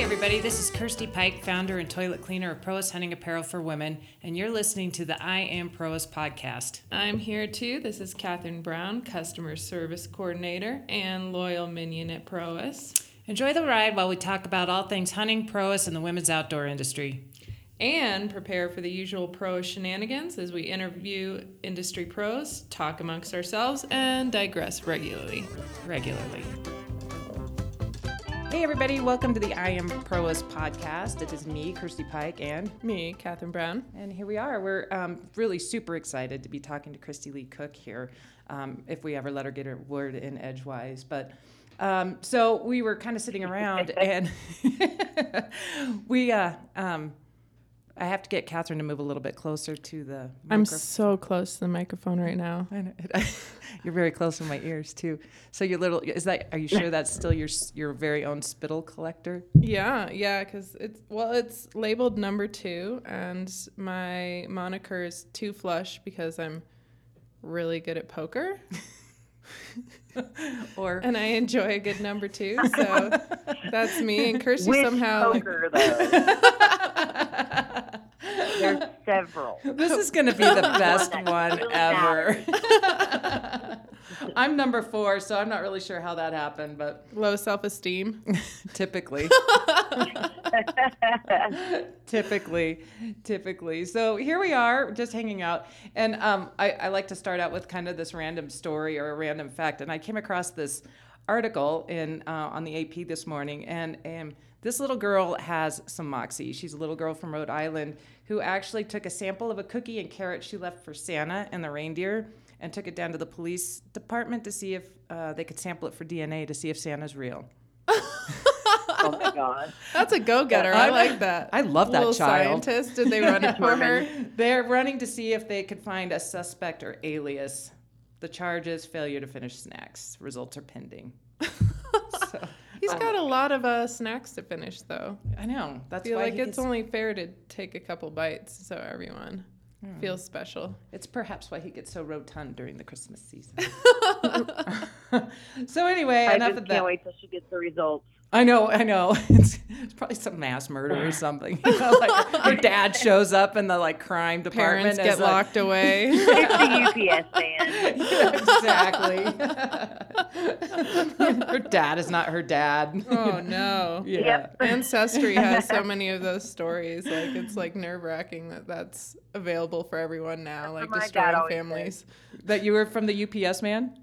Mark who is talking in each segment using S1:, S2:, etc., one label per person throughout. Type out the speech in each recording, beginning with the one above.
S1: everybody. This is Kirsty Pike, founder and toilet cleaner of Proas Hunting Apparel for Women, and you're listening to the I Am Proas podcast.
S2: I'm here too. This is Katherine Brown, Customer Service Coordinator and Loyal Minion at Proas.
S1: Enjoy the ride while we talk about all things hunting, Proas, and the women's outdoor industry.
S2: And prepare for the usual pro shenanigans as we interview industry pros, talk amongst ourselves, and digress regularly.
S1: Regularly. Hey, everybody, welcome to the I Am Proas podcast. It is me, Kirsty Pike, and
S2: Me, Katherine Brown.
S1: and here we are. We're um, really super excited to be talking to Christy Lee Cook here, um, if we ever let her get her word in edgewise. But um, so we were kind of sitting around, and we, uh, um, I have to get Catherine to move a little bit closer to the.
S2: I'm
S1: microphone.
S2: so close to the microphone right now.
S1: I know. you're very close to my ears too. So your little is that? Are you sure that's still your s- your very own spittle collector?
S2: Yeah, yeah, because it's well, it's labeled number two, and my moniker is Two Flush because I'm really good at poker
S1: Or
S2: and I enjoy a good number two. So that's me. And Kirsty
S3: Which
S2: somehow. like-
S3: poker though? There's several.
S1: This is going to be the best
S3: that
S1: one
S3: really
S1: ever. I'm number four, so I'm not really sure how that happened, but
S2: low self esteem.
S1: typically. typically. Typically. So here we are, just hanging out. And um, I, I like to start out with kind of this random story or a random fact. And I came across this article in uh, on the AP this morning, and um, this little girl has some moxie. She's a little girl from Rhode Island who actually took a sample of a cookie and carrot she left for Santa and the reindeer and took it down to the police department to see if uh, they could sample it for DNA to see if Santa's real.
S3: Oh my god.
S2: That's a go getter. I
S1: I'm-
S2: like that.
S1: I love that
S2: Little
S1: child.
S2: scientist. Did they run it for her?
S1: They're running to see if they could find a suspect or alias. The charges failure to finish snacks. Results are pending. so,
S2: He's got a lot of uh, snacks to finish, though.
S1: I know.
S2: I
S1: That's
S2: feel
S1: why
S2: like
S1: he
S2: it's
S1: gets,
S2: only fair to take a couple bites so everyone
S1: Hmm.
S2: feels special.
S1: it's perhaps why he gets so rotund during the Christmas season. so anyway,
S3: I
S1: enough
S3: just
S1: of
S3: can't
S1: that.
S3: wait till she gets the results.
S1: I know, I know. It's, it's probably some mass murder or something. You know, like her dad shows up in the like crime department.
S2: Parents
S1: as,
S2: get
S1: like-
S2: locked away.
S3: It's the UPS man.
S1: exactly. her dad is not her dad.
S2: oh, no.
S1: Yeah.
S3: Yep.
S2: Ancestry has so many of those stories. Like it's like nerve wracking that that's available for everyone now. Like
S3: what Oh my dad
S2: destroying
S3: always said.
S2: families.
S1: That you were from the UPS man?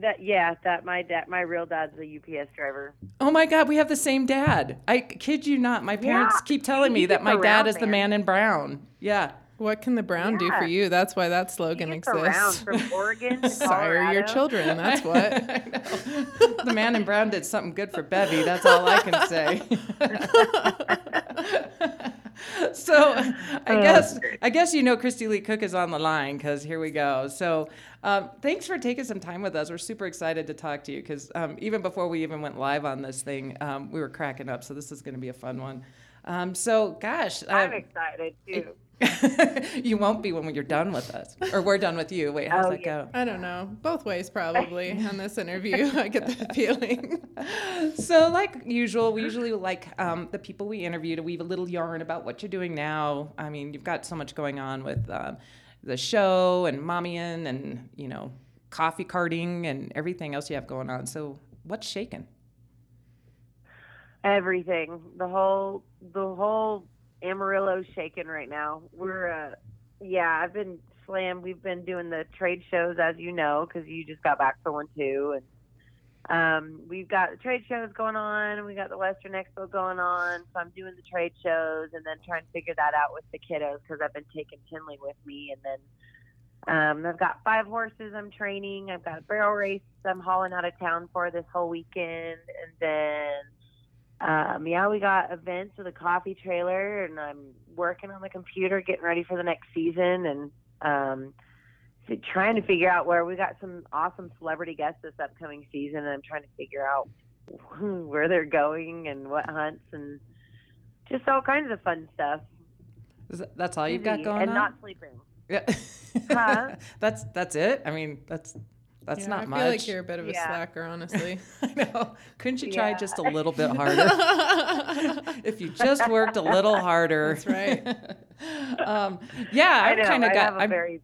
S3: That yeah, that my dad, my real dad's a UPS driver.
S1: Oh my God, we have the same dad. I kid you not. My parents
S3: Yeah.
S1: keep telling me
S3: He
S1: that
S3: gets
S1: my dad
S3: around,
S1: is the
S3: man.
S1: man in brown. Yeah.
S2: What can the brown do for
S3: Yeah.
S2: you? That's why that
S3: He
S2: slogan
S3: gets around
S2: exists.
S3: from Oregon to
S2: Sire
S3: Colorado.
S2: your children. That's what.
S1: I know. the man in brown did something good for Bevy. That's all I can say. so
S3: Oh,
S1: I guess I guess you know Christy Lee Cook is on the line because here we go. So um, thanks for taking some time with us. We're super excited to talk to you because um, even before we even went live on this thing, um, we were cracking up. So this is going to be a fun one. Um, so gosh,
S3: I'm
S1: um,
S3: excited too.
S1: you won't be when you're done with us or we're done with you. Wait, how does
S3: Oh,
S1: that
S3: yeah.
S1: go?
S2: I don't know. Both ways, probably, on this interview. I get that feeling.
S1: So, like usual, we usually like um, the people we interview to weave a little yarn about what you're doing now. I mean, you've got so much going on with um, the show and mommying and, you know, coffee carting and everything else you have going on. So, what's shaking?
S3: Everything, the whole, the whole Amarillo shaking right now. We're uh, yeah, I've been slammed. We've been doing the trade shows as you know because you just got back for one too, and um, we've got the trade shows going on. We got the Western Expo going on. So I'm doing the trade shows and then trying to figure that out with the kiddos because I've been taking Tinley with me. And then um, I've got five horses I'm training. I've got a barrel race I'm hauling out of town for this whole weekend. And then, um, yeah, we got events with a coffee trailer and I'm working on the computer, getting ready for the next season. And, um, fi- trying to figure out where we got some awesome celebrity guests this upcoming season and I'm trying to figure out who- where they're going and what hunts and just all kinds of fun stuff.
S1: Is that- That's all you've got
S3: Busy
S1: going
S3: and
S1: on?
S3: not sleeping.
S1: yeah.
S3: Mm-hmm. Huh?
S1: that's that's it. I mean, that's That's
S2: Yeah,
S1: not
S2: I
S1: much.
S2: feel like you're a bit of a
S3: Yeah.
S2: slacker, honestly.
S1: I know. Couldn't you try
S3: Yeah.
S1: just a little bit harder? if you just worked a little harder.
S2: That's right.
S1: um, yeah,
S3: I
S1: I've
S3: know.
S1: kind
S3: I
S1: of
S3: have
S1: got.
S3: a
S1: I'm,
S3: very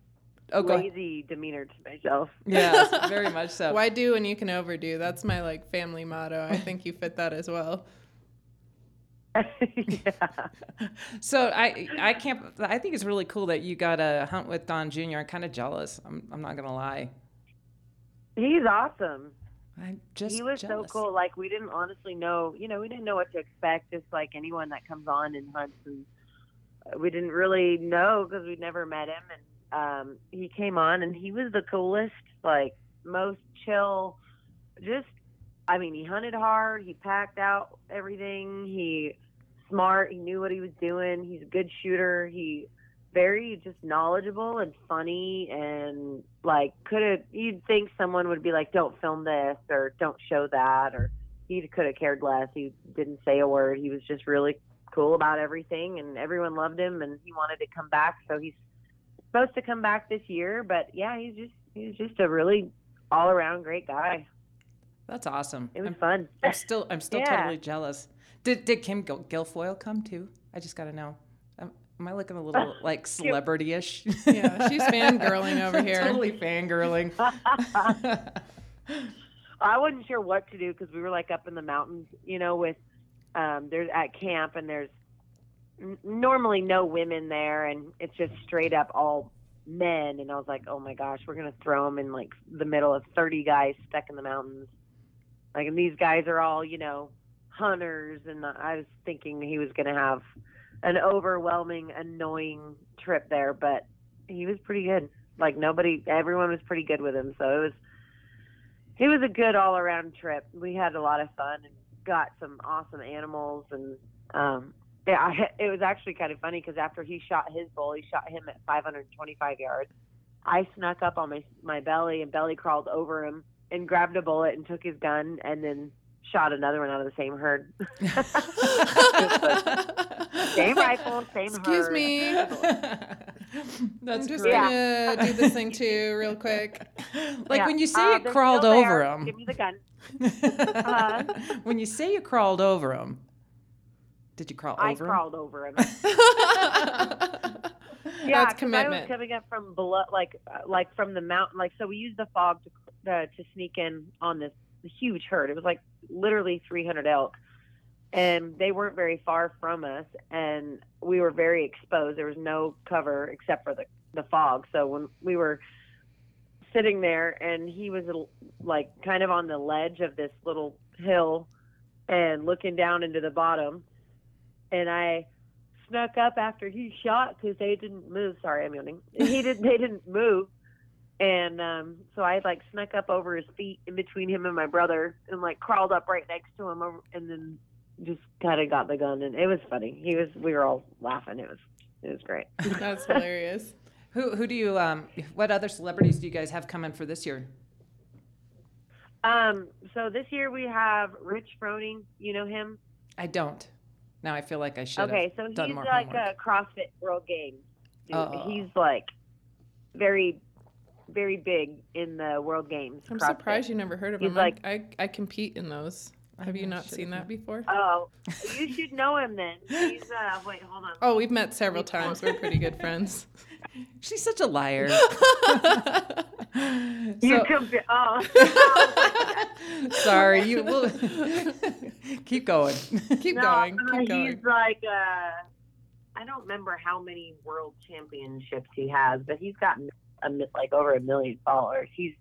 S1: oh, go ahead.
S3: lazy demeanor to myself.
S1: Yeah, very much so.
S2: Why do when you can overdo? That's my like family motto. I think you fit that as well.
S3: yeah.
S1: So I I can't. I think it's really cool that you got a hunt with Don Jr. I'm kind of jealous. I'm I'm not gonna lie.
S3: He's awesome.
S1: I'm just
S3: he was
S1: jealous.
S3: so cool. Like we didn't honestly know, you know, we didn't know what to expect. Just like anyone that comes on and hunts, and uh, we didn't really know because we'd never met him. And um, he came on, and he was the coolest, like most chill. Just, I mean, he hunted hard. He packed out everything. He smart. He knew what he was doing. He's a good shooter. He very just knowledgeable and funny and like could have you'd think someone would be like don't film this or don't show that or he could have cared less he didn't say a word he was just really cool about everything and everyone loved him and he wanted to come back so he's supposed to come back this year but yeah he's just he's just a really all around great guy
S1: That's awesome.
S3: it was
S1: I'm,
S3: fun
S1: I'm still I'm still
S3: Yeah.
S1: totally jealous. Did did Kim Gil- Guilfoyle come too? I just gotta know. Am, am I looking a little like celebrity-ish?
S2: Yeah, she's fangirling over here.
S1: totally fangirling.
S3: I wasn't sure what to do because we were like up in the mountains, you know, with um, there's at camp and there's n- normally no women there and it's just straight up all men. And I was like, oh my gosh, we're gonna throw them in like the middle of 30 guys stuck in the mountains. Like, and these guys are all, you know, hunters. And I was thinking he was gonna have an overwhelming, annoying trip there, but he was pretty good. Like nobody, everyone was pretty good with him, so it was it was a good all around trip. We had a lot of fun and got some awesome animals and um yeah, I, it was actually kind of funny because after he shot his bull, he shot him at 525 yards. I snuck up on my my belly and belly crawled over him and grabbed a bullet and took his gun and then shot another one out of the same herd. Same rifle, same
S2: Excuse
S3: herd.
S2: me.
S1: That's
S2: I'm just
S1: great.
S3: Yeah.
S2: gonna do this thing too, real quick.
S1: Like
S3: Yeah.
S1: when you say
S3: Uh,
S1: it
S3: they're
S1: crawled
S3: still there.
S1: over him.
S3: Give me Uh-huh. the gun.
S1: when you say you crawled over him, did you crawl
S3: I
S1: over
S3: crawled over him.
S2: That's
S3: 'cause I
S2: commitment.
S3: was coming up from below, like uh, like from the mountain, like so we used the fog to uh, to sneak in on this huge herd. It was like literally 300 elk, and they weren't very far from us, and we were very exposed. There was no cover except for the the fog. So when we were sitting there, and he was l- like kind of on the ledge of this little hill, and looking down into the bottom, and I snuck up after he shot because they didn't move. Sorry, I'm yawning. He didn't. They didn't move, and um, so I like snuck up over his feet in between him and my brother, and like crawled up right next to him, over, and then just kind of got the gun, and it was funny. He was. We were all laughing. It was. It was great.
S2: That's hilarious.
S1: him? Who who do you um what other celebrities do you guys have coming for this year?
S3: Um, so this year we have Rich Froning. You know him.
S1: I don't. Now I feel like I should
S3: okay, so
S1: have done
S3: he's
S1: more
S3: like
S1: homework.
S3: a CrossFit World Games. dude.
S1: Oh.
S3: He's like very, very big in the World Games.
S2: I'm
S3: CrossFit.
S2: surprised you never heard of
S3: He's
S2: him. Like, I, I compete in those.
S1: I
S2: Have you
S1: know, I
S2: not
S1: should
S2: seen
S1: have
S2: that before?
S3: Oh, you should know him then. He's uh, wait, hold on.
S2: Oh, we've met several times. We're pretty good friends.
S1: She's such a liar.
S3: you
S1: So-
S3: comp- oh.
S1: sorry, you will keep going.
S2: Keep
S3: No,
S2: going.
S3: uh,
S2: Keep going.
S3: he's like uh, I don't remember how many world championships he has, but he's got a, mi- like over a million followers. He's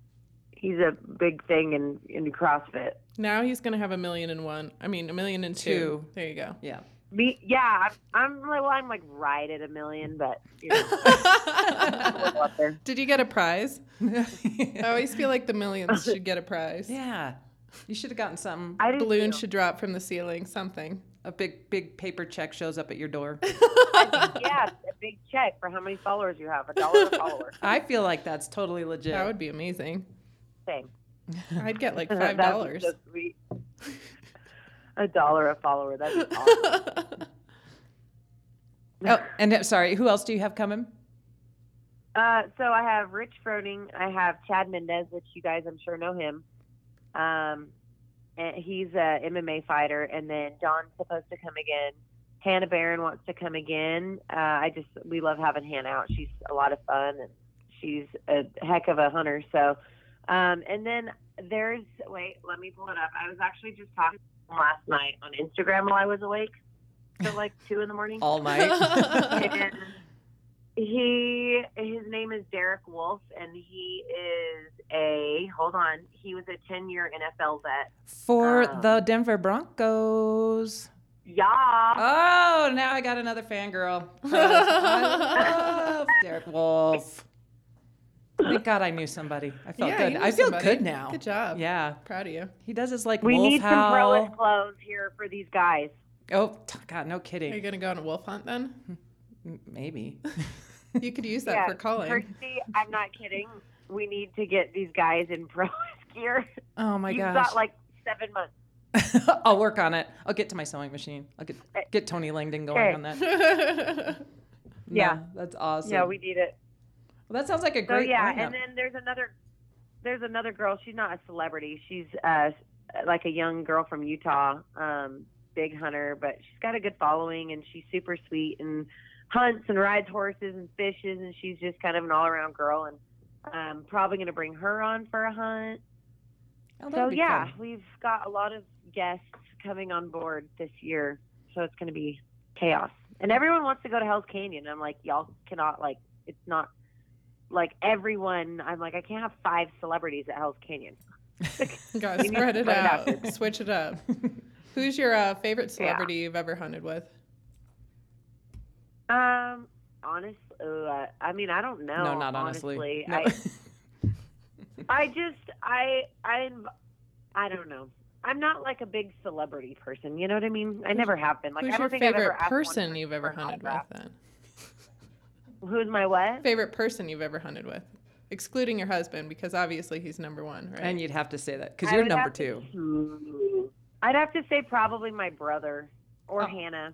S3: he's a big thing in in CrossFit.
S2: Now he's gonna have a million and one. I mean, a million and two.
S1: Two.
S2: There you go.
S1: Yeah.
S3: Me, yeah, I'm, I'm like, well, I'm like right at a million, but you know, a little up there.
S2: Did you get a prize? I always feel like the millions should get a prize.
S1: yeah. You should have gotten something.
S3: I didn't
S2: Balloon should drop from the ceiling. Something.
S1: A big big paper check shows up at your door.
S3: yeah, a big check for how many followers you have, a dollar a follower.
S2: Uh,
S1: I feel like that's totally legit.
S2: That would be amazing.
S3: Same.
S2: I'd get like
S3: That
S2: five
S3: was
S2: dollars.
S3: so sweet. A dollar a follower. That's awesome.
S1: Oh, and uh, sorry, who else do you have coming?
S3: Uh, so I have Rich Froning. I have Chad Mendez, which you guys, I'm sure, know him. Um, and he's a MMA fighter. And then John's supposed to come again. Hannah Barron wants to come again. Uh, I just we love having Hannah out. She's a lot of fun and she's a heck of a hunter. So, um, and then there's wait, let me pull it up. I was actually just talking to him last night on Instagram while I was awake till like two in the morning.
S1: all night.
S3: And he his name is Derek Wolf, and he is a hold on. He was a ten year NFL vet.
S1: For
S3: Um,
S1: the Denver Broncos.
S3: Yeah,
S1: Oh, now I got another fangirl. 'Cause I love Derek Wolf. Thank God I knew somebody. I felt
S2: Yeah, you
S1: good.
S2: know
S1: I feel
S2: somebody.
S1: good now.
S2: Good job.
S1: Yeah.
S2: Proud of you.
S1: He does his like
S3: we
S1: wolf
S3: need some
S1: howl.
S3: pro clothes here for these guys.
S1: Oh, t- God, no
S2: Are you
S1: kidding.
S2: going to go on a wolf hunt then?
S1: M- Maybe.
S2: You could use that for calling.
S3: Kirsty, I'm not kidding. We need to get these guys in pro gear.
S1: Oh my
S3: You've
S1: gosh.
S3: got like seven months.
S1: I'll work on it. I'll get to my sewing machine. I'll get
S3: Eh,
S1: get Tony Langdon going
S3: Okay.
S1: on that. No,
S3: eh, Yeah.
S1: that's awesome.
S3: Yeah, we need it.
S1: well, that sounds like a
S3: So
S1: great
S3: Oh, yeah,
S1: lineup.
S3: and then there's another there's another girl. She's not a celebrity. She's uh like a young girl from Utah, um, big hunter, but she's got a good following and she's super sweet and hunts and rides horses and fishes and she's just kind of an all around girl and um probably gonna bring her on for a hunt.
S1: oh, that'd
S3: So
S1: be
S3: yeah,
S1: fun.
S3: we've got a lot of guests coming on board this year, so it's going to be chaos. And everyone wants to go to Hell's Canyon. I'm like, y'all cannot like, it's not like everyone. I'm like, I can't have five celebrities at Hell's Canyon.
S2: Got to
S3: We
S2: spread
S3: need to
S2: it
S3: spread it out.
S2: out. Switch it up. Who's your uh, favorite celebrity you've ever hunted with?
S3: Um, honestly, uh, I mean, I don't know.
S1: no, not honestly. No.
S3: I, I just, I, I'm, I don't know. I'm not like a big celebrity person. You know what I mean? I never have been. Like,
S2: Who's
S3: I don't
S2: your
S3: think I've ever
S2: favorite
S3: asked one
S2: person you've ever
S3: for an
S2: hunted with
S3: autograph.
S2: then?
S3: Who's my what?
S2: Favorite person you've ever hunted with? Excluding your husband, because obviously he's number one, right?
S1: and you'd have to say that because
S3: I
S1: you're
S3: would
S1: number
S3: have to
S1: two.
S3: choose- I'd have to say probably my brother or
S1: Oh. Ah.
S3: Hannah,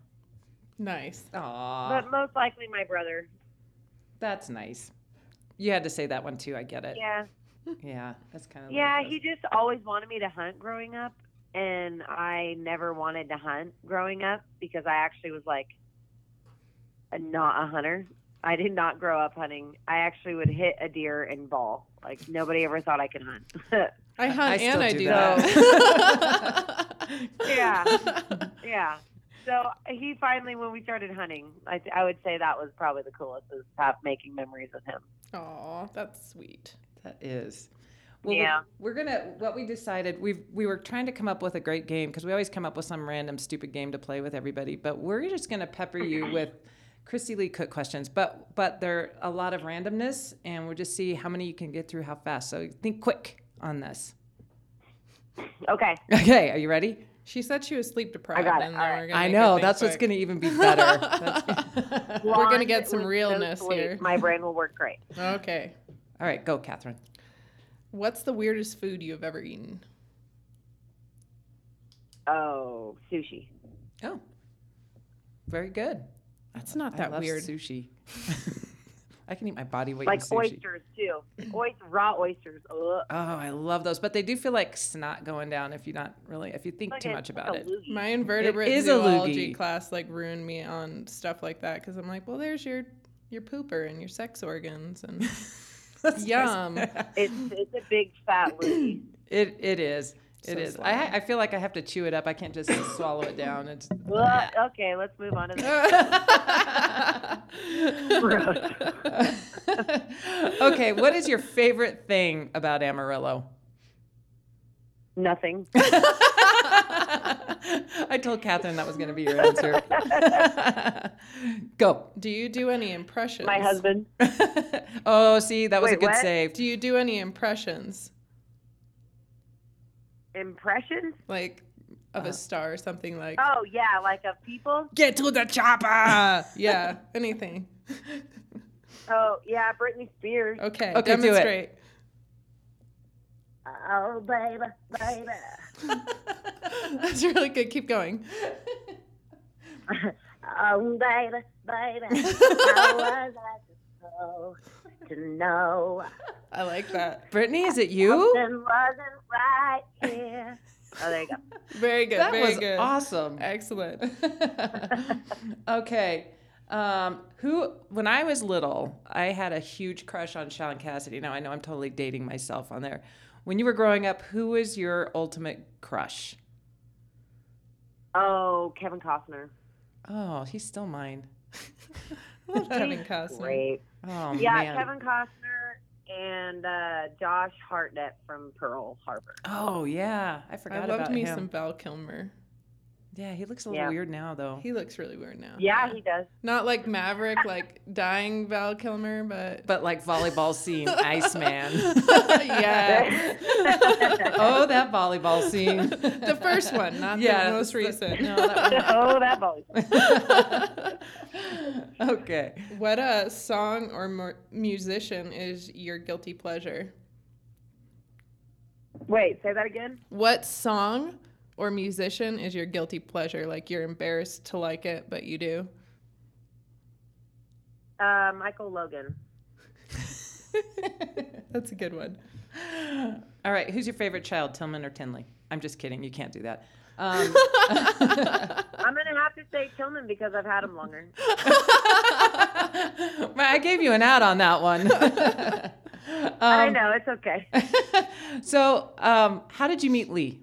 S2: nice.
S1: Aw,
S3: but most likely my brother.
S1: that's nice. You had to say that one too. I get it. Yeah,
S3: Yeah,
S1: that's kind of.
S3: yeah. He just always wanted me to hunt growing up, and I never wanted to hunt growing up because I actually was like a- not a hunter. I did not grow up hunting. I actually would hit a deer and ball. Like nobody ever thought I could hunt.
S2: I hunt
S1: I still
S2: and I
S1: do
S2: do
S1: that.
S2: that.
S3: Yeah. yeah. So he finally, when we started hunting, I, th- I would say that was probably the coolest is have making memories with him.
S2: Aw, that's sweet.
S1: That is. Well, we-
S3: Yeah.
S1: we're gonna. What we decided, we we were trying to come up with a great game because we always come up with some random stupid game to play with everybody. But we're just gonna pepper you with Christy Lee Cook questions, but but they're a lot of randomness, and we'll just see how many you can get through, how fast. So think quick on this.
S3: Okay.
S1: Okay, are you ready?
S2: She said she was sleep deprived.
S3: got it.
S2: And
S3: All
S2: then
S3: right.
S2: we're gonna
S1: I
S2: make her
S1: know
S2: think
S1: that's what's
S2: quick.
S1: gonna even be better. That's-
S2: We're gonna
S3: Blonde
S2: get some
S3: was so
S2: realness
S3: sweet.
S2: here.
S3: My brain will work great.
S2: Okay.
S1: All right, go, Catherine.
S2: What's the weirdest food you have ever eaten?
S3: Oh, sushi.
S1: Oh, very good.
S2: That's not
S1: I
S2: that
S1: love
S2: weird.
S1: sushi. I can eat my body weight
S3: Like
S1: in sushi.
S3: oysters too. Oyster, raw oysters. Ugh.
S1: Oh, I love those, but they do feel like snot going down if you not really if you think
S3: Like
S1: too
S3: a-
S1: much
S3: like
S1: about
S3: a
S1: it.
S3: loogie.
S2: My invertebrate
S1: is a
S2: zoology
S1: loogie.
S2: class like ruined me on stuff like that because I'm like, well, there's your your pooper and your sex organs and
S1: That's
S2: Yum.
S3: it's it's a big fat loogie.
S1: it it is.
S2: So
S1: It is.
S2: slimy.
S1: I ha I feel like I have to chew it up. I can't just swallow it down. It's
S3: Ugh. Okay, let's move on to the
S1: okay. What is your favorite thing about Amarillo?
S3: nothing.
S1: I told Catherine that was going to be your answer. Go.
S2: do you do any impressions?
S3: My husband.
S1: oh, see, that was a
S3: Wait,
S1: good
S3: what?
S1: save.
S2: Do you do any impressions
S3: Impressions?
S2: like of
S1: Uh.
S2: a star or something like?
S3: Oh yeah, like of people.
S1: Get to the chopper.
S2: Ah, Yeah, anything.
S3: Oh yeah, Britney Spears.
S2: Okay,
S1: Okay, do it.
S2: demonstrate.
S3: Oh baby, baby.
S2: That's really good. Keep going.
S3: Oh, baby, baby, how was I to know? to know
S2: I like that.
S1: Brittany, is it you?
S3: something wasn't right here. Oh, there you go.
S2: Very good.
S1: That
S2: very
S1: was
S2: good.
S1: awesome.
S2: Excellent.
S1: okay. Um, who, when I was little, I had a huge crush on Sean Cassidy. Now I know I'm totally dating myself on there. When you were growing up, who was your ultimate crush?
S3: Oh, Kevin Costner.
S1: Oh, he's still mine.
S2: I love Kevin
S3: He's
S2: Costner.
S3: Great.
S1: Oh
S3: yeah,
S1: man.
S3: Kevin Costner and uh, Josh Hartnett from Pearl Harbor.
S1: Oh yeah, I
S2: I
S1: forgot
S2: loved
S1: about
S2: me
S1: him.
S2: some Val Kilmer.
S1: Yeah, he looks a little
S3: Yeah.
S1: weird now though.
S2: He looks really weird now.
S3: Yeah, he does.
S2: Not like Maverick, like dying Val Kilmer, but
S1: but like volleyball scene, Iceman.
S2: yeah.
S1: oh, that volleyball scene.
S2: the first one, not
S1: Yeah,
S2: the most
S1: the-
S2: recent.
S1: no, that
S3: oh, that voice.
S1: okay.
S2: What a song or mu- musician is your guilty pleasure?
S3: Wait, say that again.
S2: What song or musician is your guilty pleasure? Like you're embarrassed to like it, but you do.
S3: Uh, Michael Logan.
S2: That's a good one.
S1: All right. Who's your favorite child, Tillman or Tinley? I'm just kidding. You can't do that. Um,
S3: I'm gonna have to say Tillman because I've had him longer.
S1: well, I gave you an out on that one.
S3: I
S1: Um,
S3: know it's okay.
S1: so, um, how did you meet Lee?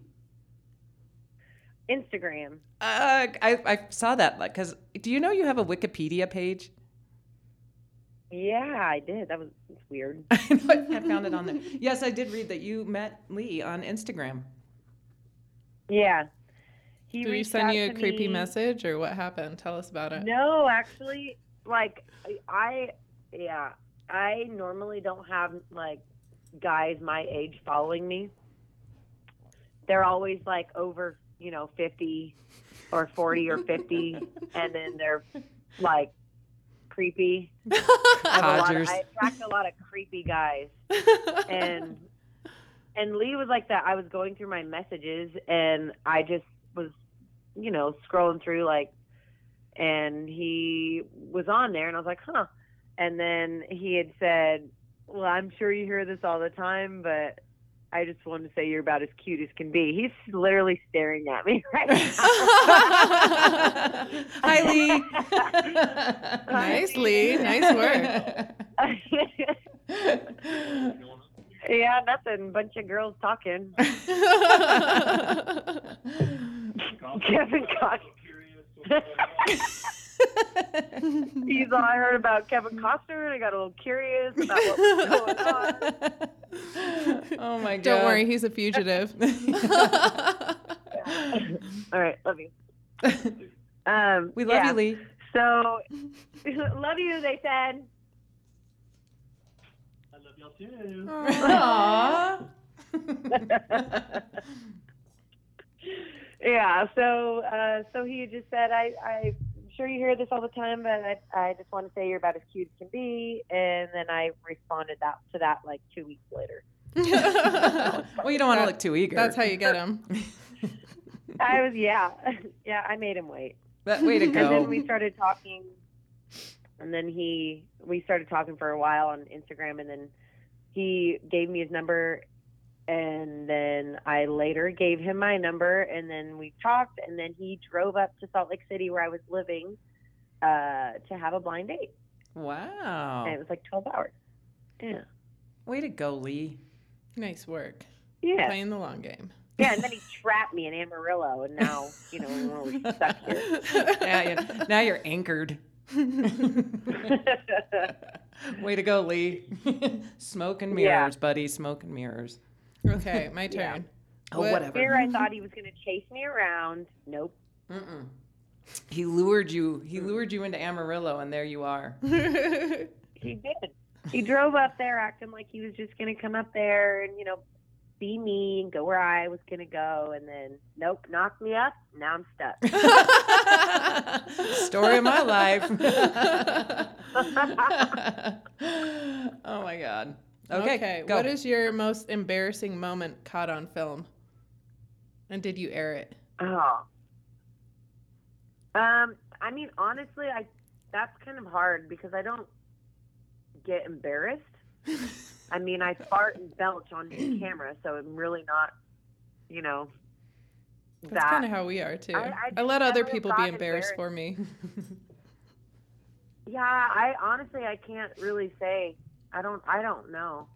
S3: Instagram.
S1: Uh, I, I saw that because do you know you have a Wikipedia page?
S3: Yeah, I did. That was it's weird.
S1: I know I found it on there. Yes, I did read that you met Lee on Instagram.
S3: Yeah. He
S2: Did we
S3: reached
S2: send
S3: out
S2: you a
S3: to
S2: creepy
S3: me.
S2: message or what happened? Tell us about it.
S3: No, actually, like I, yeah, I normally don't have like guys my age following me. They're always like over, you know, fifty or forty or fifty, and then they're like creepy. I, have a lot of,
S1: Codgers.
S3: I attract a lot of creepy guys, and and Lee was like that. I was going through my messages, and I just was, you know, scrolling through like, and he was on there, and I was like, huh. And then he had said, "Well, I'm sure you hear this all the time, but." I just wanted to say you're about as cute as can be. He's literally staring at me right now.
S1: Hi, Lee.
S2: Nice, Lee. Nice work.
S3: yeah, nothing. Bunch of girls talking.
S1: Oh
S3: Kevin Costner. He's all I heard about Kevin Costner, and I got a little curious about what was going on.
S1: oh my god.
S2: Don't worry, he's a fugitive.
S3: All right, love you. Um,
S1: We love
S3: yeah.
S1: you, Lee.
S3: So, love you. They said.
S4: I love y'all too.
S1: Aww.
S3: Yeah. So, uh, so he just said, I, I'm sure you hear this all the time, but I, I just want to say you're about as cute as can be. And then I responded that to that like two weeks later.
S1: well, you don't want to
S2: That-
S1: look too eager.
S2: That's how you get him.
S3: I was, yeah, yeah. I made him wait.
S1: That way to
S3: And
S1: go.
S3: then we started talking, and then he we started talking for a while on Instagram, and then he gave me his number, and then I later gave him my number, and then we talked, and then he drove up to Salt Lake City where I was living uh, to have a blind date, and
S1: wow.
S3: it was like twelve hours. Yeah,
S1: Way to go, Lee.
S2: Nice work.
S3: yeah,
S2: Playing the long game.
S3: yeah. And then he trapped me in Amarillo, and now you know we're stuck here.
S1: Now you're, now you're anchored. Way to go, Lee. Smoke and
S3: Yeah.
S1: mirrors, buddy. Smoke and mirrors.
S2: Okay, my
S3: Yeah.
S2: turn.
S1: Oh,
S2: What-
S1: whatever.
S3: Here I thought he was going to chase me around. Nope.
S1: Mm-mm. He lured you. He lured you into Amarillo, and there you are.
S3: He did. He drove up there acting like he was just going to come up there and, you know, be me and go where I was going to go. And then, nope, knocked me up. Now I'm stuck.
S1: Story of my life. oh my God. Okay. go.
S2: What is your most embarrassing moment caught on film? And did you air it?
S3: oh. Um, I mean, honestly, I that's kind of hard because I don't get embarrassed. I mean, I fart and belch on camera, so I'm really not, you know,
S2: That's
S3: that.
S2: kind of how we are too.
S3: I- I
S2: I,
S3: just
S2: let other
S3: never
S2: people
S3: got
S2: be embarrassed for me.
S3: yeah, I honestly I can't really say. I don't. I don't know.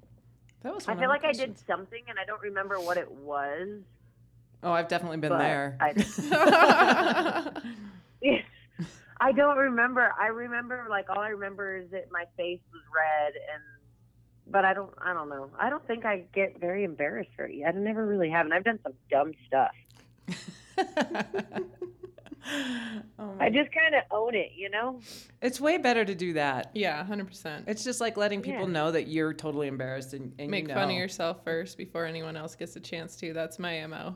S2: That was.
S3: I
S2: one of
S3: feel
S2: the
S3: like I did
S2: questions.
S3: something, and I don't remember what it was.
S1: Oh, I've definitely been
S3: but
S1: there.
S3: I Yes. I don't remember. I remember like all I remember is that my face was red and but I don't I don't know. I don't think I get very embarrassed for it. I never really have and I've done some dumb stuff.
S1: Oh my-
S3: I just kind of own it, you know?
S1: it's way better to do that.
S2: yeah, hundred percent.
S1: It's just like letting people
S3: Yeah.
S1: know that you're totally embarrassed and, and
S2: Make
S1: you know.
S2: fun of yourself first before anyone else gets a chance to. That's my mo.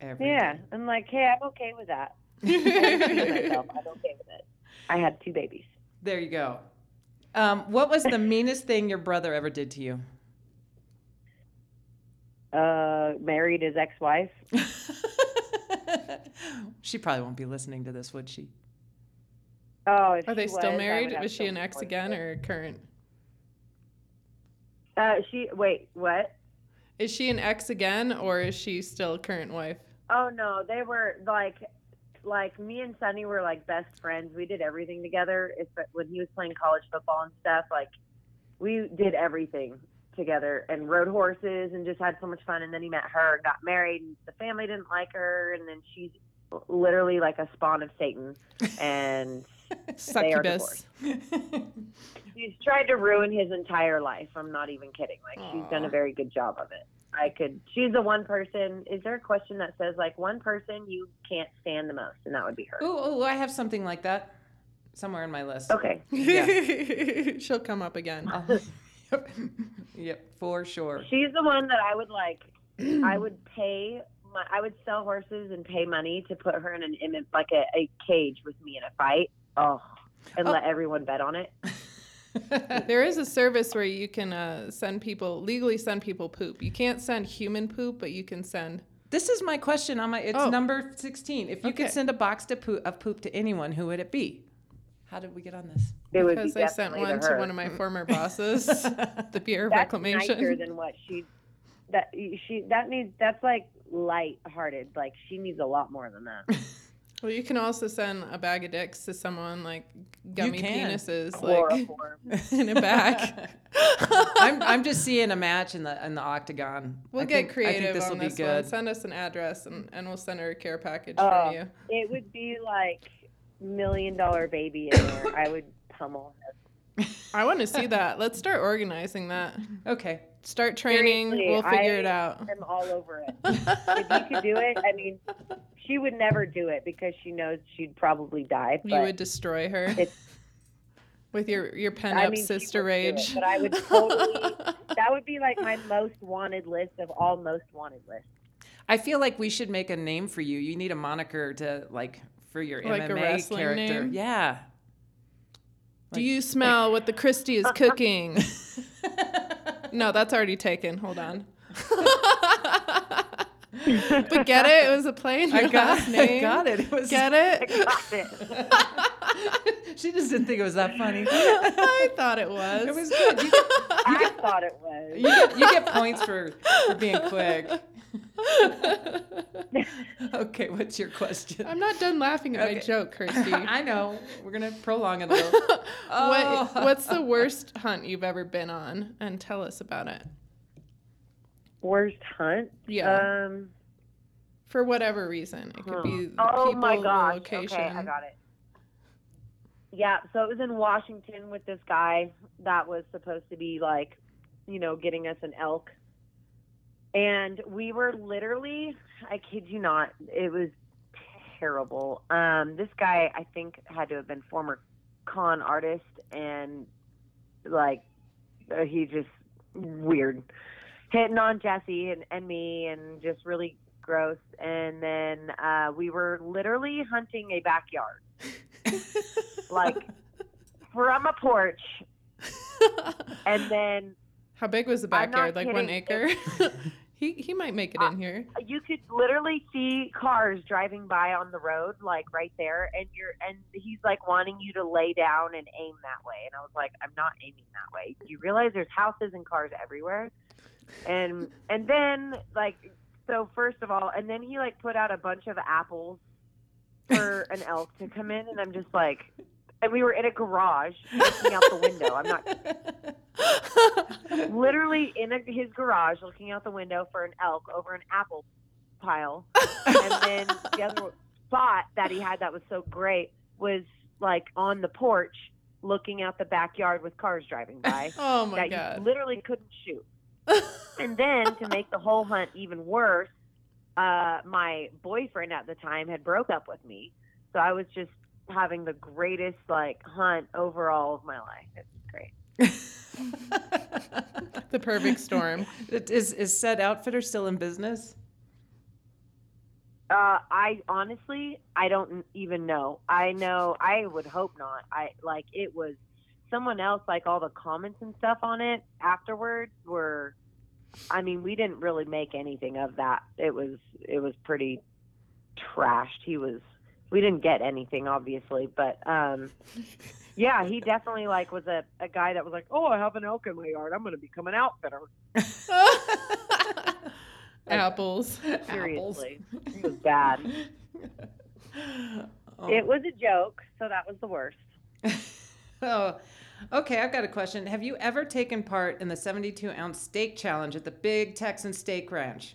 S1: every
S3: Yeah.
S1: day.
S3: I'm like, "Hey, I'm okay with that. I'm myself. I'm okay with it." I had two babies.
S1: There you go. Um, what was the meanest thing your brother ever did to you?
S3: Uh married his ex-wife.
S1: she probably won't be listening to this, would she?
S3: Oh, if
S2: Are they
S3: she
S2: still
S3: was,
S2: married? Was she an ex again or current?
S3: Uh she wait, what?
S2: Is she an ex again or is she still current wife?
S3: Oh no, they were like, like me and Sunny were like best friends. We did everything together. If but when he was playing college football and stuff, like we did everything together and rode horses and just had so much fun. And then he met her, and got married, and the family didn't like her, and then she's literally like a spawn of Satan, and
S2: Succubus.
S3: she's tried to ruin his entire life. I'm not even kidding. Like she's done
S2: Aw.
S3: a very good job of it. I could. She's the one person. Is there a question that says like one person you can't stand the most, and that would be her.
S1: Oh, I have something like that somewhere in my list.
S3: Okay.
S2: She'll come up again.
S1: Uh, yep. Yep, for sure.
S3: She's the one that I would like. I would pay. My, I would sell horses and pay money to put her in an image, like a, a cage with me in a fight. Oh, and let everyone bet on it.
S2: there is a service where you can uh, send people legally send people poop. You can't send human poop, but you can send.
S1: This is my question on my it's
S2: Oh.
S1: number 16. If you
S2: Okay.
S1: could send a box to poo of poop to anyone, who would it be? How did we get on this?
S3: It would
S2: Because
S3: be
S2: I sent
S3: definitely
S2: one to
S3: her.
S2: one of my former bosses, the Bureau of
S3: That's nicer
S2: Reclamation.
S3: than what she. That she that needs that's like light-hearted. Like she needs a lot more than that.
S2: Well, you can also send a bag of dicks to someone like gummy
S1: can.
S2: penises, like
S3: Chloroform.
S2: in a bag.
S1: I'm, I'm just seeing a match in the in the octagon.
S2: We'll
S1: I
S2: get
S1: think-
S2: creative
S1: I think this
S2: on
S1: will be
S2: this
S1: good.
S2: one. Send us an address and, and we'll send her a care package
S3: Oh.
S2: from you.
S3: It would be like million dollar baby in there. I would pummel her.
S2: I want to see that. Let's start organizing that.
S1: Okay.
S2: Start training.
S3: Seriously,
S2: we'll figure it
S3: I-
S2: out.
S3: I'm all over it. if you could do it, I mean, she would never do it because she knows she'd probably die. But
S2: You would destroy her
S3: It's-
S2: with your your pent
S3: I
S2: up
S3: mean, she
S2: sister
S3: would do it,
S2: rage.
S3: but I would totally. that would be like my most wanted list of all most wanted lists.
S1: I feel like we should make a name for you. You need a moniker to like for your
S2: Like a
S1: MMA
S2: wrestling
S1: character.
S2: name?
S1: Yeah.
S2: do you smell what the Christie is cooking? no, that's already taken. Hold on. but get it? It was a play in your
S1: I got,
S2: last name.
S1: I got it. It was
S2: Get it?
S3: Got it.
S1: she just didn't think it was that funny.
S2: I thought it was.
S1: It was good. You get,
S3: I thought it was.
S1: you get, you get points for, for being quick. okay, what's your question?
S2: I'm not done laughing at my
S1: Okay.
S2: joke, Kirsty.
S1: I know. We're going to prolong it a little. Oh.
S2: What, what's the worst hunt you've ever been on? And tell us about it.
S3: Worst hunt.
S2: Yeah.
S3: Um.
S2: For whatever reason, it could be the
S3: oh
S2: people,
S3: my
S2: the
S3: gosh.
S2: location.
S3: Okay, I got it. Yeah, so it was in Washington with this guy that was supposed to be like, you know, getting us an elk. And we were literally, I kid you not, it was terrible. Um, this guy, I think, had to have been former con artist and like uh, he just weird hitting on Jesse and, and me and just really gross. And then uh, we were literally hunting a backyard, like from a porch. And then
S2: How big was the
S3: I'm not
S2: backyard? Like one
S3: kidding.
S2: acre? He he might make it in here.
S3: You could literally see cars driving by on the road, like right there, and you're and he's like wanting you to lay down and aim that way. And I was like, I'm not aiming that way. Do you realize there's houses and cars everywhere? And and then like so first of all, and then he like put out a bunch of apples for an elk to come in, and I'm just like, and we were in a garage looking out the window. I'm not literally in a, his garage looking out the window for an elk over an apple pile. and then the other spot that he had that was so great was like on the porch looking out the backyard with cars driving by
S2: oh my
S3: that
S2: god.
S3: you literally couldn't shoot. and then to make the whole hunt even worse, uh, my boyfriend at the time had broke up with me, so I was just having the greatest like hunt overall of my life. It's great.
S2: the perfect storm.
S1: It is is said outfitter still in business?
S3: Uh, I honestly, I don't even know. I know, I would hope not. I like it was someone else, like all the comments and stuff on it afterwards were, I mean, we didn't really make anything of that. It was, it was pretty trashed. He was, we didn't get anything obviously, but, um, yeah, he definitely like was a, a guy that was like, oh, I have an elk in my yard. I'm going to become an outfitter.
S2: Apples.
S3: Seriously. He was bad.
S1: Oh.
S3: It was a joke. So that was the worst.
S1: Oh, okay. I've got a question. Have you ever taken part in the 72 ounce steak challenge at the Big Texan Steak Ranch?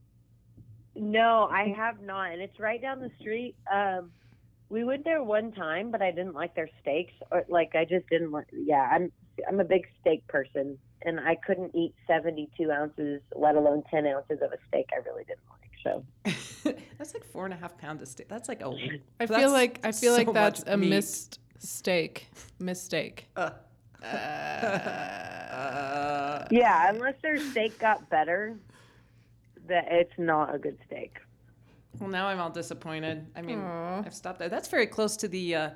S3: No, I
S2: Mm-hmm.
S3: have not, and it's right down the street. Um, we went there one time, but I didn't like their steaks, or like I just didn't like. Yeah, I'm I'm a big steak person, and I couldn't eat 72 ounces, let alone 10 ounces of a steak. I really didn't like. So
S1: that's like four and a half pounds of steak. That's like a.
S2: I
S1: That's
S2: feel like I feel
S1: so
S2: like that's
S1: much
S2: a
S1: meat.
S2: mistake. Mistake.
S1: Uh,
S3: yeah, unless their steak got better, that it's not a good steak.
S1: well, now I'm all disappointed. I mean,
S2: Aw.
S1: I've stopped there. That's very close to the uh,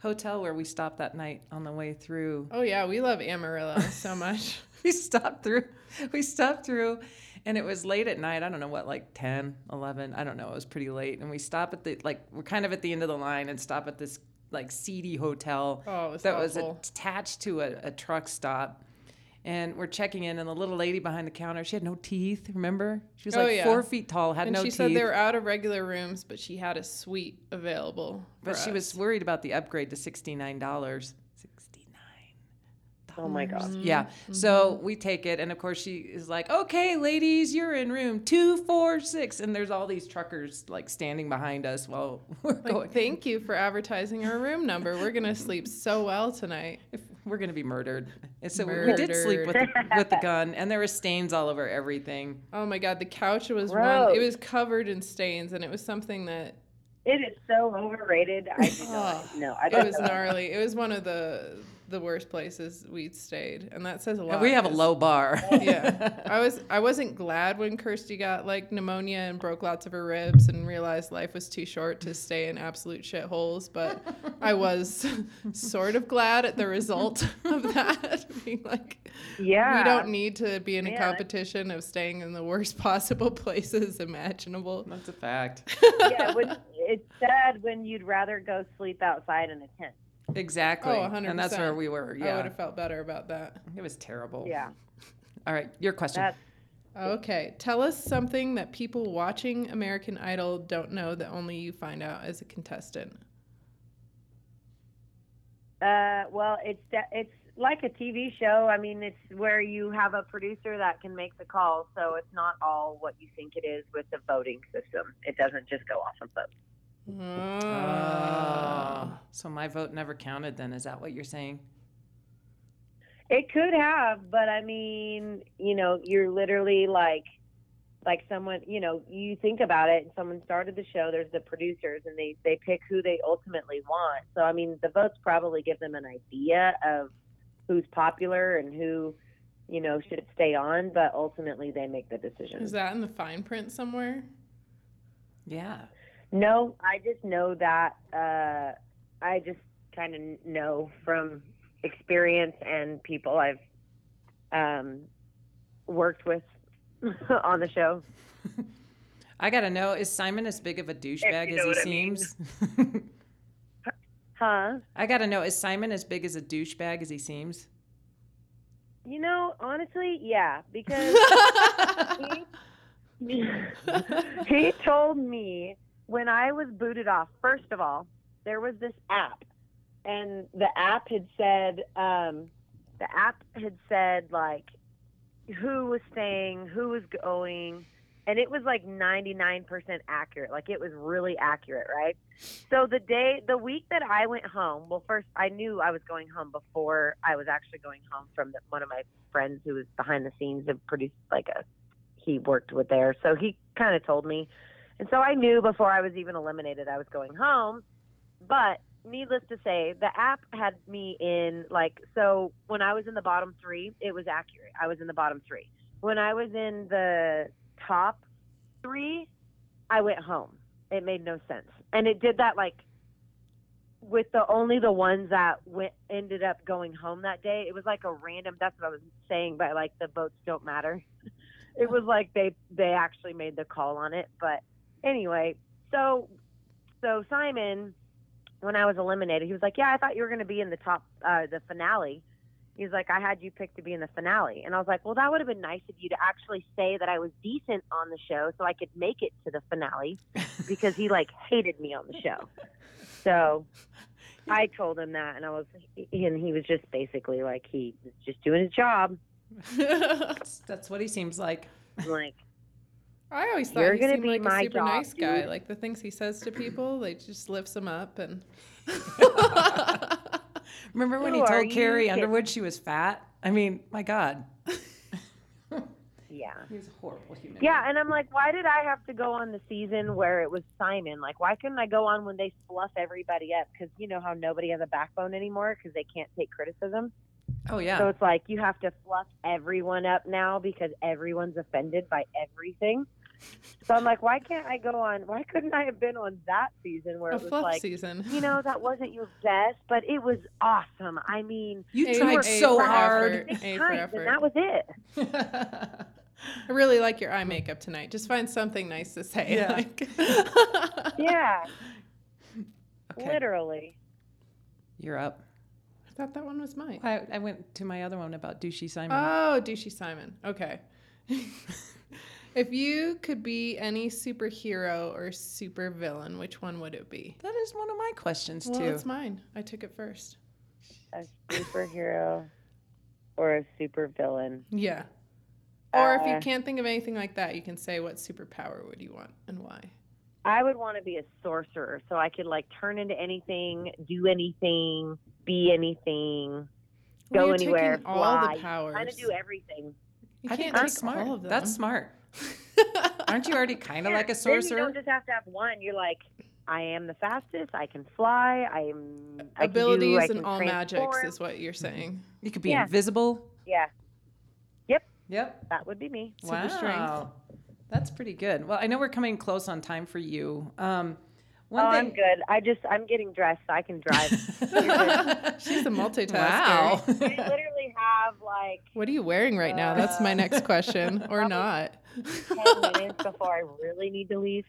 S1: hotel where we stopped that night on the way through.
S2: Oh yeah, we love Amarillo so much.
S1: We stopped through. We stopped through, and it was late at night. I don't know what, like 10, 11. I don't know. It was pretty late. And we stop at the, like, we're kind of at the end of the line and stop at this, like, seedy hotel.
S2: Oh, it was
S1: that
S2: awful.
S1: was attached to a, a truck stop. And we're checking in, and the little lady behind the counter, she had no teeth. Remember, she was
S2: Oh,
S1: like
S2: yeah.
S1: four feet tall, had
S2: And
S1: no
S2: she
S1: teeth.
S2: said they were out of regular rooms, but she had a suite available.
S1: but
S2: for
S1: she was
S2: us.
S1: worried about the upgrade to sixty nine dollars. Sixty nine.
S3: Oh my gosh.
S2: Mm-hmm.
S1: Yeah. So we take it, and of course she is like, "Okay, ladies, you're in room two four six. And there's all these truckers like standing behind us while we're going.
S2: Like, thank you for advertising our room number. We're gonna sleep so well tonight.
S1: we're gonna be murdered. And so we- we did sleep with the, with the gun, and there were stains all over everything.
S2: Oh my god, the couch was run, it
S3: Gross.
S2: was covered in stains, and it was something that
S3: It is so overrated. I do not no, I
S2: it
S3: don't.
S2: was
S3: know.
S2: gnarly. It was one of the the worst places we'd stayed, and that says a lot.
S1: we have a
S2: 'cause-
S1: low bar.
S2: yeah, I was I wasn't glad when Kirsty got like pneumonia and broke lots of her ribs and realized life was too short to stay in absolute shitholes, but I was sort of glad at the result of that. Being like,
S3: yeah.
S2: we don't need to be in a
S3: Yeah.
S2: competition of staying in the worst possible places imaginable.
S1: That's a fact.
S3: yeah, when, it's sad when you'd rather go sleep outside in a tent.
S1: Exactly.
S2: Oh,
S1: And that's where
S2: 100%.
S1: we were.
S2: I would
S1: Yeah.
S2: have felt better about that.
S1: It was
S2: Oh.
S1: terrible.
S3: Yeah,
S1: All right. Your question.
S3: that's
S2: Okay, tell us something that people watching American Idol don't know that only you find out as a contestant.
S3: Uh, well, it's de- it's like a TV show. I mean, it's where you have a producer that can make the call, so it's not all what you think it is with the voting system. It doesn't just go off of votes.
S1: Oh, so my vote never counted then. Is that what you're saying?
S3: It could have, but I mean, you know, you're literally like like someone, you know, you think about it and someone started the show, there's the producers and they they pick who they ultimately want. So I mean, the votes probably give them an idea of who's popular and who, you know, should stay on, but ultimately they make the decision.
S2: Is that in the fine print somewhere?
S1: Yeah.
S3: No, I just know that. Uh, I just kind of know from experience and people I've um, worked with on the show.
S1: I gotta know, is Simon as big of a douchebag
S3: know
S1: as he
S3: what I mean.
S1: seems?
S3: Huh?
S1: I gotta know, is Simon as big as a douchebag as he seems?
S3: You know, honestly, yeah, because he told me when I was booted off, first of all, there was this app, and the app had said, um, the app had said, like, who was staying, who was going, and it was like 99% accurate. Like, it was really accurate, right? So the day, the week that I went home, well, first, I knew I was going home before I was actually going home from the, one of my friends who was behind the scenes and produced like a he worked with there. So he kind of told me. And so I knew before I was even eliminated I was going home. But needless to say, the app had me in like so when I was in the bottom 3, it was accurate. I was in the bottom 3. When I was in the top 3, I went home. It made no sense. And it did that like with the only the ones that went ended up going home that day. It was like a random that's what I was saying, but like the votes don't matter it was like they they actually made the call on it but anyway so so simon when i was eliminated he was like yeah i thought you were going to be in the top uh, the finale he's like i had you picked to be in the finale and i was like well that would have been nice of you to actually say that i was decent on the show so i could make it to the finale because he like hated me on the show so i told him that and i was and he was just basically like he was just doing his job
S1: That's- That's what he seems like.
S3: I'm like
S2: I always thought
S3: You're
S2: he
S3: gonna
S2: seemed
S3: be
S2: like a
S3: my
S2: super
S3: job,
S2: nice guy.
S3: dude.
S2: Like the things he says to people, they just lifts him up and.
S1: Remember when
S3: Who
S1: he
S3: are
S1: told
S3: you
S1: Carrie
S3: kidding?
S1: Underwood she was fat? I mean, my God.
S3: yeah
S1: He was a horrible human.
S3: Yeah, and I'm like, why did I have to go on the season where it was Simon? Like, why couldn't I go on when they fluff everybody up? Because you know how nobody has a backbone anymore because they can't take criticism.
S1: Oh yeah.
S3: So it's like you have to fluff everyone up now because everyone's offended by everything. So I'm like, why can't I go on? Why couldn't I have been on that season where
S2: a
S3: it was
S2: fluff
S3: like,
S2: season.
S3: you know, that wasn't your best, but it was awesome. I mean,
S1: you
S2: A-
S1: tried
S2: A
S1: so
S2: for
S1: hard.
S2: effort, A for
S3: times,
S2: effort.
S3: and that was it.
S2: I really like your eye makeup tonight. Just find something nice to say.
S1: Yeah.
S2: Like.
S3: Yeah,
S1: Okay,
S3: literally.
S1: You're up.
S2: I thought that one was mine.
S1: I, I went to my other one about douchey Simon.
S2: Oh, douchey Simon. Okay. if you could be any superhero or supervillain, which one would it be?
S1: that is one of my questions
S2: Well,
S1: too.
S2: it's mine. I took it first.
S3: A superhero or a supervillain.
S2: Yeah. Or if you
S3: Uh,
S2: can't think of anything like that, you can say what superpower would you want and why.
S3: I would want to be a sorcerer so I could like turn into anything, do anything, be anything,
S2: Well,
S3: go
S2: you're
S3: anywhere,
S2: taking all
S3: fly.
S2: the powers.
S3: Kind of do everything.
S2: you
S1: I
S2: can't
S1: think
S2: take
S1: that's smart.
S2: all of them.
S1: That's smart. Aren't you already kind of
S3: Yeah,
S1: like a
S3: Then you
S1: sorcerer?
S3: don't just have to have one. You're like, I am the fastest. I can fly. I am I can do-
S2: Abilities
S3: I
S2: and
S3: can
S2: all magics
S3: transform."
S2: is what you're saying.
S1: You could be
S3: Yeah.
S1: invisible.
S3: Yeah,
S1: Yep.
S3: that would be me.
S2: Super strength.
S1: That's pretty good. Well, I know we're coming close on time for you. Um, one
S3: oh, I'm
S1: thing.
S3: good. I just I'm getting dressed. I can drive.
S2: She's a multitasker.
S1: wow.
S3: I literally have like
S2: What are you wearing right now? That's
S3: Uh,
S2: my next question. Or not.
S3: ten minutes before I really need to leave.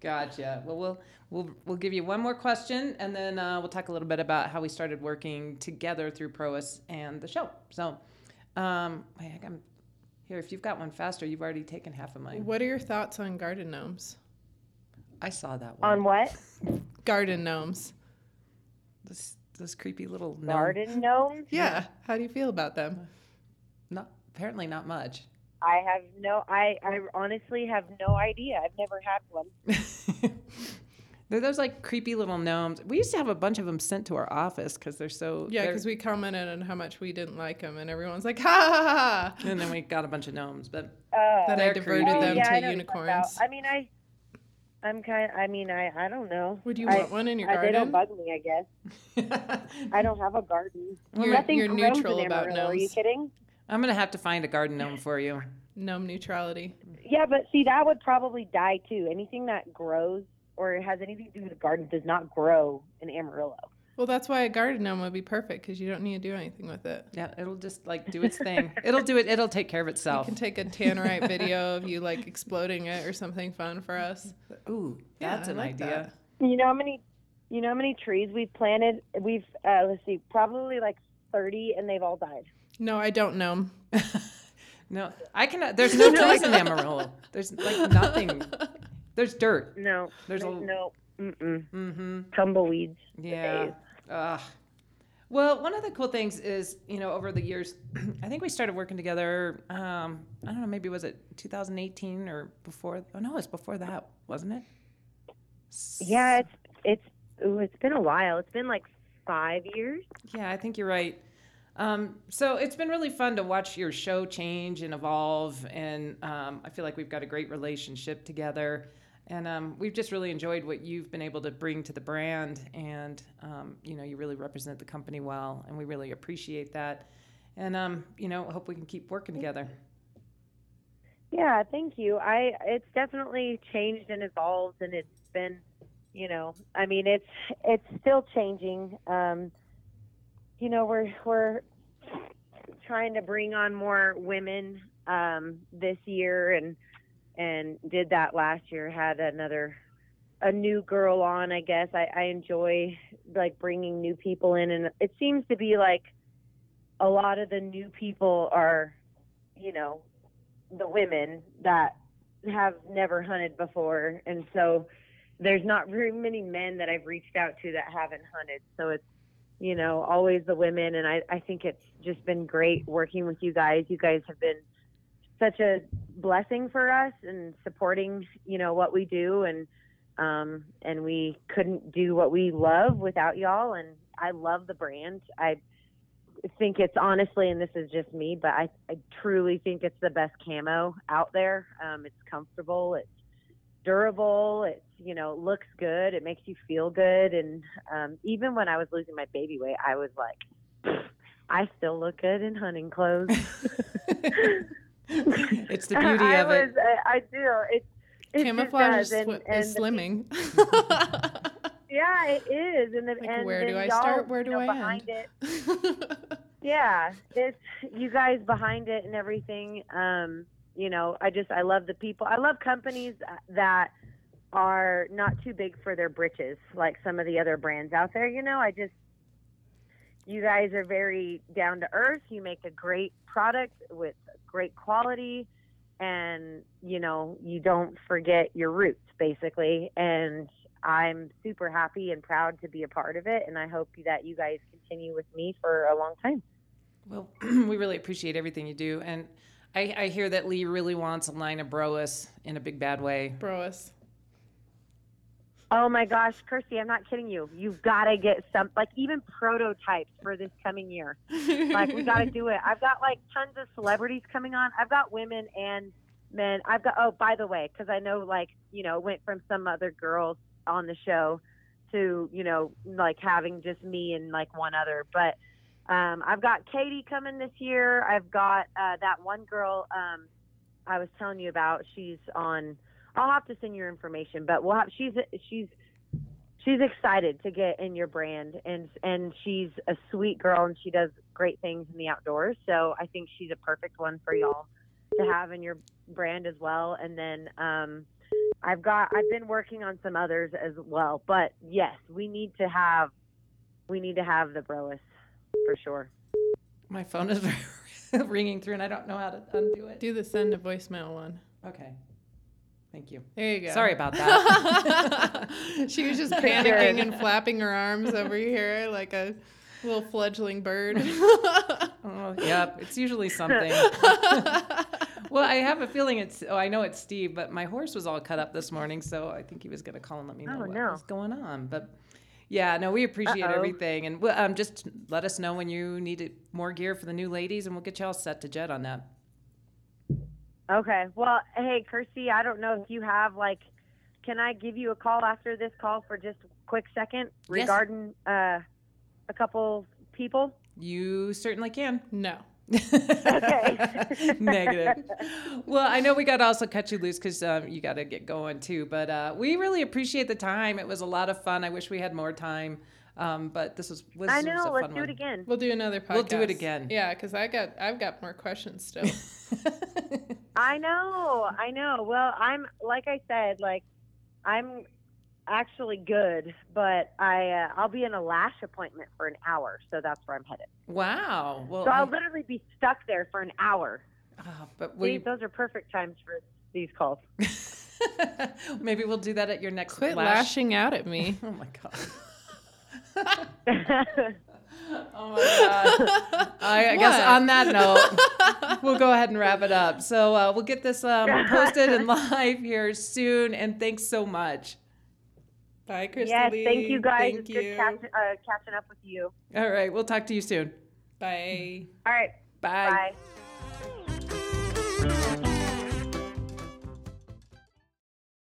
S1: Gotcha. Well, we'll we'll we'll give you one more question, and then uh, we'll talk a little bit about how we started working together through Proas and the show. So, um, I think I'm here. If you've got one faster, you've already taken half of mine.
S2: What are your thoughts on garden gnomes?
S1: I saw that one.
S3: On what?
S2: Garden gnomes.
S1: This this creepy little gnome.
S3: Garden gnomes?
S2: Yeah. How do you feel about them?
S1: Not apparently not much.
S3: I have no. I I honestly have no idea. I've never had one.
S1: They're those like creepy little gnomes. We used to have a bunch of them sent to our office because they're so
S2: Yeah,
S1: they're-
S2: because we commented on how much we didn't like them, and everyone's like, ha ha ha.
S1: and then we got a bunch of gnomes, but
S3: Uh,
S2: Then I
S1: They're
S2: diverted
S1: creepy.
S2: them
S1: yeah,
S2: to
S3: I know what you're talking about.
S2: unicorns.
S3: I mean, I. I'm kind. I mean, I. I don't know.
S2: Would you
S3: I-
S2: want one in your
S3: I- they
S2: garden?
S3: don't bug me. I guess I don't have a garden.
S2: You're-
S3: Nothing
S2: you're
S3: grows
S2: neutral
S3: in
S2: about
S3: Amarillo, Are you
S2: gnomes.
S3: kidding?
S1: I'm gonna have to find a garden gnome for you.
S2: Gnome neutrality.
S3: Yeah, but see, that would probably die too. Anything that grows or has anything to do with a garden does not grow in Amarillo.
S2: Well, that's why a garden gnome would be perfect because you don't need to do anything with it.
S1: Yeah, it'll just like do its thing. It'll do it. It'll take care of
S2: You
S1: itself.
S2: can take a Tannerite video of you like exploding it or something fun for us.
S1: Ooh,
S2: Yeah,
S1: that's
S2: I
S1: an
S2: like
S1: idea.
S2: that.
S3: You know how many, you know how many trees we've planted? We've uh, let's see, probably like thirty, and they've all died.
S2: No, I don't know.
S1: No, I cannot. There's no trees in Amarillo. There's like nothing. There's dirt.
S3: No,
S1: There's a-
S3: no mm-mm,
S1: Mm-hmm.
S3: tumbleweeds.
S1: Yeah. Ugh. Well, one of the cool things is, you know, over the years, I think we started working together. Um, I don't know, maybe was it 2018 or before? Oh no, it's before that, wasn't it?
S3: Yeah, it's it's ooh, it's been a while. It's been like five years.
S1: Yeah, I think you're right. Um, so it's been really fun to watch your show change and evolve, and um, I feel like we've got a great relationship together, and um, we've just really enjoyed what you've been able to bring to the brand, and um, you know, you really represent the company well, and we really appreciate that, and um, you know, hope we can keep working together.
S3: Yeah, thank you. I it's definitely changed and evolved, and it's been, you know, I mean, it's it's still changing. Um, you know, we're we're trying to bring on more women um, this year, and and did that last year. Had another a new girl on. I guess I, I enjoy like bringing new people in, and it seems to be like a lot of the new people are, you know, the women that have never hunted before and so there's not very many men that I've reached out to that haven't hunted so it's you know always the women and I, I think it's just been great working with you guys you guys have been such a blessing for us and supporting you know what we do and um and we couldn't do what we love without y'all and I love the brand I think it's honestly, and this is just me, but I, I truly think it's the best camo out there. Um, it's comfortable, it's durable, it's you know looks good, it makes you feel good, and um, even when I was losing my baby weight, I was like, I still look good in hunting clothes.
S1: It's the beauty
S3: Uh-huh, I
S1: of it.
S3: was- I, I do. It's it just
S2: Camouflage
S3: does,
S2: is, swi-
S3: and, and
S2: is
S3: the-
S2: slimming.
S3: yeah, it is. And, the,
S2: Like,
S3: and
S2: where
S3: then
S2: do I
S3: y'all,
S2: start? Where
S3: you
S2: do
S3: know,
S2: I
S3: behind
S2: end?
S3: it? yeah it's you guys behind it and everything um you know i just i love the people i love companies that are not too big for their britches like some of the other brands out there you know i just you guys are very down to earth you make a great product with great quality and you know you don't forget your roots basically and I'm super happy and proud to be a part of it, and I hope that you guys continue with me for a long time.
S1: Well, we really appreciate everything you do, and I, I hear that Lee really wants a line of Broas in a big bad way.
S2: Broas.
S3: Oh my gosh, Kirsty, I'm not kidding you. You've got to get some, like even prototypes for this coming year. Like we got to do it. I've got like tons of celebrities coming on. I've got women and men. I've got. Oh, by the way, because I know like you know it went from some other girl on the show to you know like having just me and like one other, but. Um, I've got Katie coming this year. I've got uh, that one girl um, I was telling you about. She's on. I'll have to send your information, but we'll have. She's she's she's excited to get in your brand, and and she's a sweet girl, and she does great things in the outdoors. So I think she's a perfect one for y'all to have in your brand as well. And then um, I've got I've been working on some others as well, but yes, we need to have we need to have the Broas for sure.
S1: My phone is ringing through, and I don't know how to undo it.
S2: do the send a voicemail one.
S1: Okay. Thank you.
S2: There you go.
S1: Sorry about that.
S2: she was just
S3: sure.
S2: panicking and flapping her arms over here like a little fledgling bird.
S1: oh, yep. It's usually something. Well, I have a feeling it's, oh, I know it's Steve, but my horse was all cut up this morning, so I think he was going to call and let me know
S3: Oh,
S1: what
S3: no.
S1: was going on. But yeah, no, we appreciate
S3: Uh-oh.
S1: everything. And well, um, just let us know when you need it, more gear for the new ladies, and we'll get you all set to jet on that.
S3: Okay. Well, hey, Kirsty, I don't know if you have like, can I give you a call after this call for just a quick second regarding uh, a couple people?
S1: You certainly can.
S2: no.
S3: Okay.
S1: Negative. Well, I know we got to also cut you loose because um, you got to get going too. But uh, we really appreciate the time. It was a lot of fun. I wish we had more time. Um, but this was, was
S3: I
S1: this was
S3: know.
S1: a
S3: Let's
S1: fun
S3: do
S1: one.
S3: it again.
S2: We'll do another podcast.
S1: We'll do it again.
S2: Yeah, because I got I've got more questions still.
S3: I know, I know. Well, I'm like I said, like I'm actually good, but I uh, I'll be in a lash appointment for an hour, so that's where I'm headed.
S1: Wow. Well,
S3: So
S1: I-
S3: I'll literally be stuck there for an hour.
S1: ah, but
S3: See,
S1: we
S3: those are perfect times for these calls.
S1: maybe we'll do that at your next
S2: Quit
S1: lash.
S2: lashing out at me.
S1: Oh my god. Oh
S3: All
S1: my god. I, I guess
S2: What?
S1: on that note, we'll go ahead and wrap it up. So uh, we'll get this um, posted and live here soon. And thanks so much.
S2: Bye, Christy.
S3: yes, thank you
S2: Lee.
S3: guys.
S2: Thank
S3: it's
S2: you.
S3: good catch, uh, catching up with you.
S1: All right, we'll talk to you soon.
S2: Bye.
S3: All right, bye.